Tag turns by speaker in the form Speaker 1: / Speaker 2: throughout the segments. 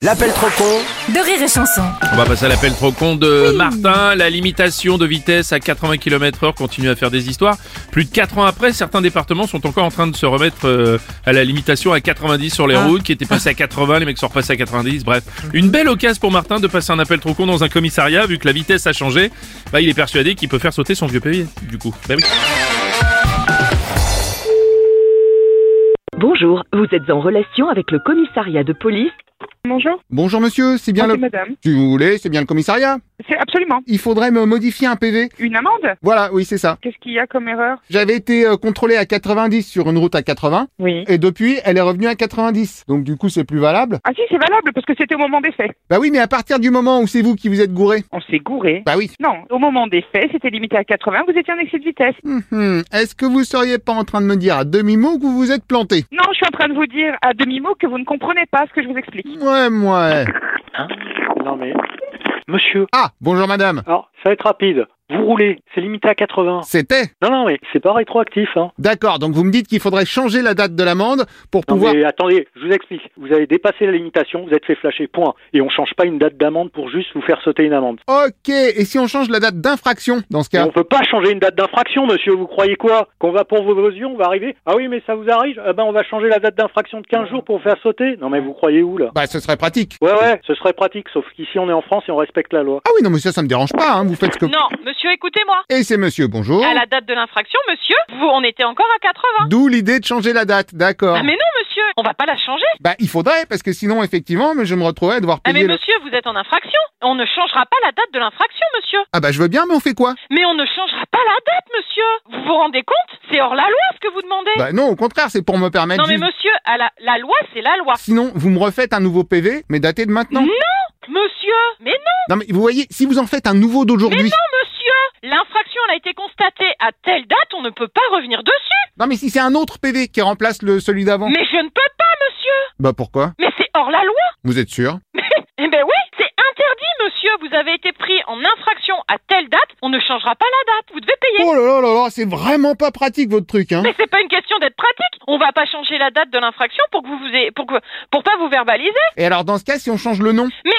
Speaker 1: L'appel trop con
Speaker 2: de rire et chanson.
Speaker 3: On va passer à l'appel trop con de Martin. La limitation de vitesse à 80 km heure continue à faire des histoires. Plus de 4 ans après, certains départements sont encore en train de se remettre euh, à la limitation à 90 sur les routes qui étaient passées à 80, les mecs sont repassés à 90, bref. Une belle occasion pour Martin de passer un appel trop con dans un commissariat vu que la vitesse a changé. Bah, il est persuadé qu'il peut faire sauter son vieux papier, du coup. Bah oui.
Speaker 4: Bonjour, vous êtes en relation avec le commissariat de police.
Speaker 5: Bonjour,
Speaker 6: Bonjour monsieur, c'est bien
Speaker 5: bonjour
Speaker 6: le...
Speaker 5: madame.
Speaker 6: Tu voulais, c'est bien le commissariat
Speaker 5: C'est absolument
Speaker 6: Il faudrait me modifier un PV.
Speaker 5: une amende.
Speaker 6: Voilà, oui, c'est ça.
Speaker 5: Qu'est-ce qu'il y a comme erreur
Speaker 6: J'avais été euh, contrôlé à 90 sur une route à 80,
Speaker 5: Oui.
Speaker 6: et depuis, elle est revenue à 90. Donc du coup, c'est plus valable.
Speaker 5: Ah si, c'est valable parce que c'était au moment des faits.
Speaker 6: Bah oui, mais à partir du moment où c'est vous qui vous êtes gouré...
Speaker 5: On s'est gouré.
Speaker 6: Bah oui.
Speaker 5: Non, au moment des faits, c'était limité à 80, vous étiez en excès de vitesse.
Speaker 7: Mm.
Speaker 6: Hum, hum. Est-ce que vous seriez pas en train de me dire à demi-mot que vous vous êtes planté
Speaker 5: Non, je suis en train de vous dire à demi-mot que vous ne comprenez pas ce que je vous explique.
Speaker 6: Ouais, moi...
Speaker 8: Non mais. Monsieur,
Speaker 6: Ah, bonjour madame.
Speaker 8: alors ça va être rapide. Vous roulez, c'est limité à 80.
Speaker 6: C'était
Speaker 8: Non, non, mais c'est pas rétroactif. Hein.
Speaker 6: D'accord, donc vous me dites qu'il faudrait changer la date de l'amende pour
Speaker 8: Non,
Speaker 6: pouvoir...
Speaker 8: mais attendez, je vous explique. Vous avez dépassé la limitation, vous êtes fait flasher, point. Et on change pas une date d'amende pour juste vous faire sauter une amende.
Speaker 6: Ok, et si on change la date d'infraction dans ce
Speaker 8: Et
Speaker 6: cas
Speaker 8: on peut pas changer une date d'infraction, monsieur. Vous croyez quoi Qu'on va pour vos yeux, on va arriver. Ah oui, mais ça vous arrive Eh ben, on va changer la date d'infraction de 15 jours pour vous faire sauter. Non, mais vous croyez où, là
Speaker 6: Bah ce serait pratique.
Speaker 8: Ouais, ouais, ce serait pratique, sauf qu'ici on est en France et on respecte la loi.
Speaker 6: Ah oui, non, mais ça, ça me dérange pas, hein. vous faites ce que...
Speaker 7: Non, monsieur, écoutez-moi.
Speaker 6: Et c'est monsieur, bonjour.
Speaker 7: À la date de l'infraction, monsieur, vous, on était encore à 80.
Speaker 6: D'où l'idée de changer la date, d'accord.
Speaker 7: Ah, mais non, monsieur, on va pas la changer.
Speaker 6: Bah, il faudrait, parce que sinon, effectivement, mais je me retrouverais à devoir
Speaker 7: Ah, mais
Speaker 6: payer le...
Speaker 7: monsieur, vous êtes en infraction. On ne changera pas la date de l'infraction, monsieur.
Speaker 6: Ah bah, je veux bien, mais on fait quoi
Speaker 7: Mais on ne changera pas la date, monsieur. Vous vous rendez compte C'est hors la loi ce que vous demandez.
Speaker 6: Bah non, au contraire, c'est pour me permettre...
Speaker 7: non, mais
Speaker 6: juste-
Speaker 7: monsieur, à la, la loi, c'est la loi.
Speaker 6: Sinon, vous me refaites un nouveau PV, mais daté de maintenant.
Speaker 7: Monsieur, mais
Speaker 6: Non,
Speaker 7: non,
Speaker 6: mais vous voyez, si vous en faites un nouveau d'aujourd'hui...
Speaker 7: monsieur, l'infraction elle a été constatée à telle date, on ne peut pas revenir dessus.
Speaker 6: Non, mais si c'est un autre PV qui remplace le celui d'avant...
Speaker 7: Mais je ne peux pas, monsieur.
Speaker 6: Bah pourquoi
Speaker 7: Mais c'est hors la loi.
Speaker 6: Vous êtes sûr
Speaker 7: Eh ben oui, c'est interdit, monsieur. Vous avez été pris en infraction à telle date. On ne changera pas la date. Vous devez payer.
Speaker 6: Oh là là là là, c'est vraiment pas pratique, votre truc, hein
Speaker 7: Mais c'est pas une question d'être pratique. On va pas changer la date de l'infraction pour que vous vous ayez- pour que- pour pas vous verbaliser.
Speaker 6: Et alors, dans ce cas, si on change le nom
Speaker 7: Mais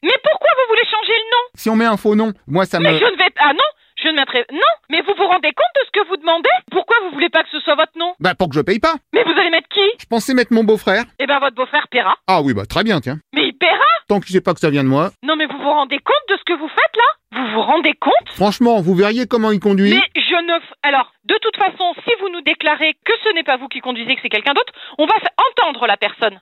Speaker 7: mais pourquoi vous voulez changer le nom
Speaker 6: Si on met un faux nom, moi, ça
Speaker 7: Mais
Speaker 6: me...
Speaker 7: je ne vais ah non, je ne mettrai non. Mais vous vous rendez compte de ce que vous demandez Pourquoi vous voulez pas que ce soit votre nom
Speaker 6: Bah, pour que je paye pas
Speaker 7: Mais vous allez mettre qui
Speaker 6: Je pensais mettre mon beau-frère.
Speaker 7: Eh ben votre beau-frère paiera.
Speaker 6: Ah oui, bah très bien, tiens.
Speaker 7: Mais il paiera.
Speaker 6: Tant que je sais pas que ça vient de moi.
Speaker 7: Non mais vous vous rendez compte de ce que vous faites là Vous vous rendez compte
Speaker 6: Franchement, vous verriez comment il conduit.
Speaker 7: Mais je ne. f- Alors, de toute façon, si vous nous déclarez que ce n'est pas vous qui conduisez, que c'est quelqu'un d'autre, on va fa- entendre la personne.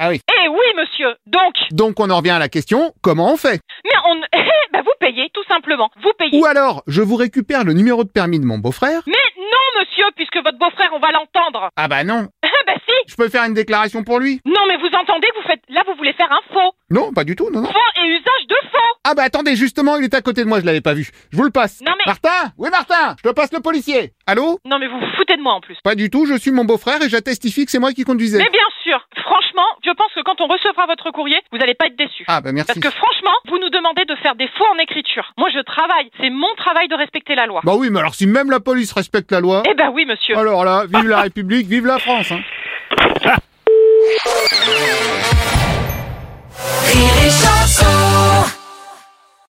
Speaker 6: Ah oui.
Speaker 7: Eh oui, monsieur. Donc,
Speaker 6: Donc on en revient à la question, comment on fait
Speaker 7: mais on. Eh, bah, vous payez, tout simplement. Vous payez.
Speaker 6: Ou alors, je vous récupère le numéro de permis de mon beau-frère
Speaker 7: Mais non, monsieur, puisque votre beau-frère, on va l'entendre.
Speaker 6: Ah bah non,
Speaker 7: Ah bah si.
Speaker 6: je peux faire une déclaration pour lui
Speaker 7: Non, mais vous entendez, que vous faites. Là, vous voulez faire un faux.
Speaker 6: Non, pas du tout, non, non.
Speaker 7: Faux et usage de faux.
Speaker 6: Ah bah attendez, justement, il était à côté de moi, je l'avais pas vu. Je vous le passe.
Speaker 7: Non, mais-
Speaker 6: Martin Oui, Martin Je te passe le policier Allô
Speaker 7: Non, mais vous vous foutez de moi en plus.
Speaker 6: Pas du tout, je suis mon beau-frère et j'attestifie que c'est moi qui conduisais.
Speaker 7: Mais bien sûr, franchement, je pense que quand on recevra votre courrier, vous n'allez pas être déçu.
Speaker 6: Ah bah merci.
Speaker 7: Parce que franchement, vous nous demandez de faire des faux en écriture. Moi, je travaille. C'est mon travail de respecter la loi.
Speaker 6: Bah oui, mais alors si même la police respecte la loi...
Speaker 7: Eh ben oui, monsieur.
Speaker 6: Alors là, vive la République, vive la France hein.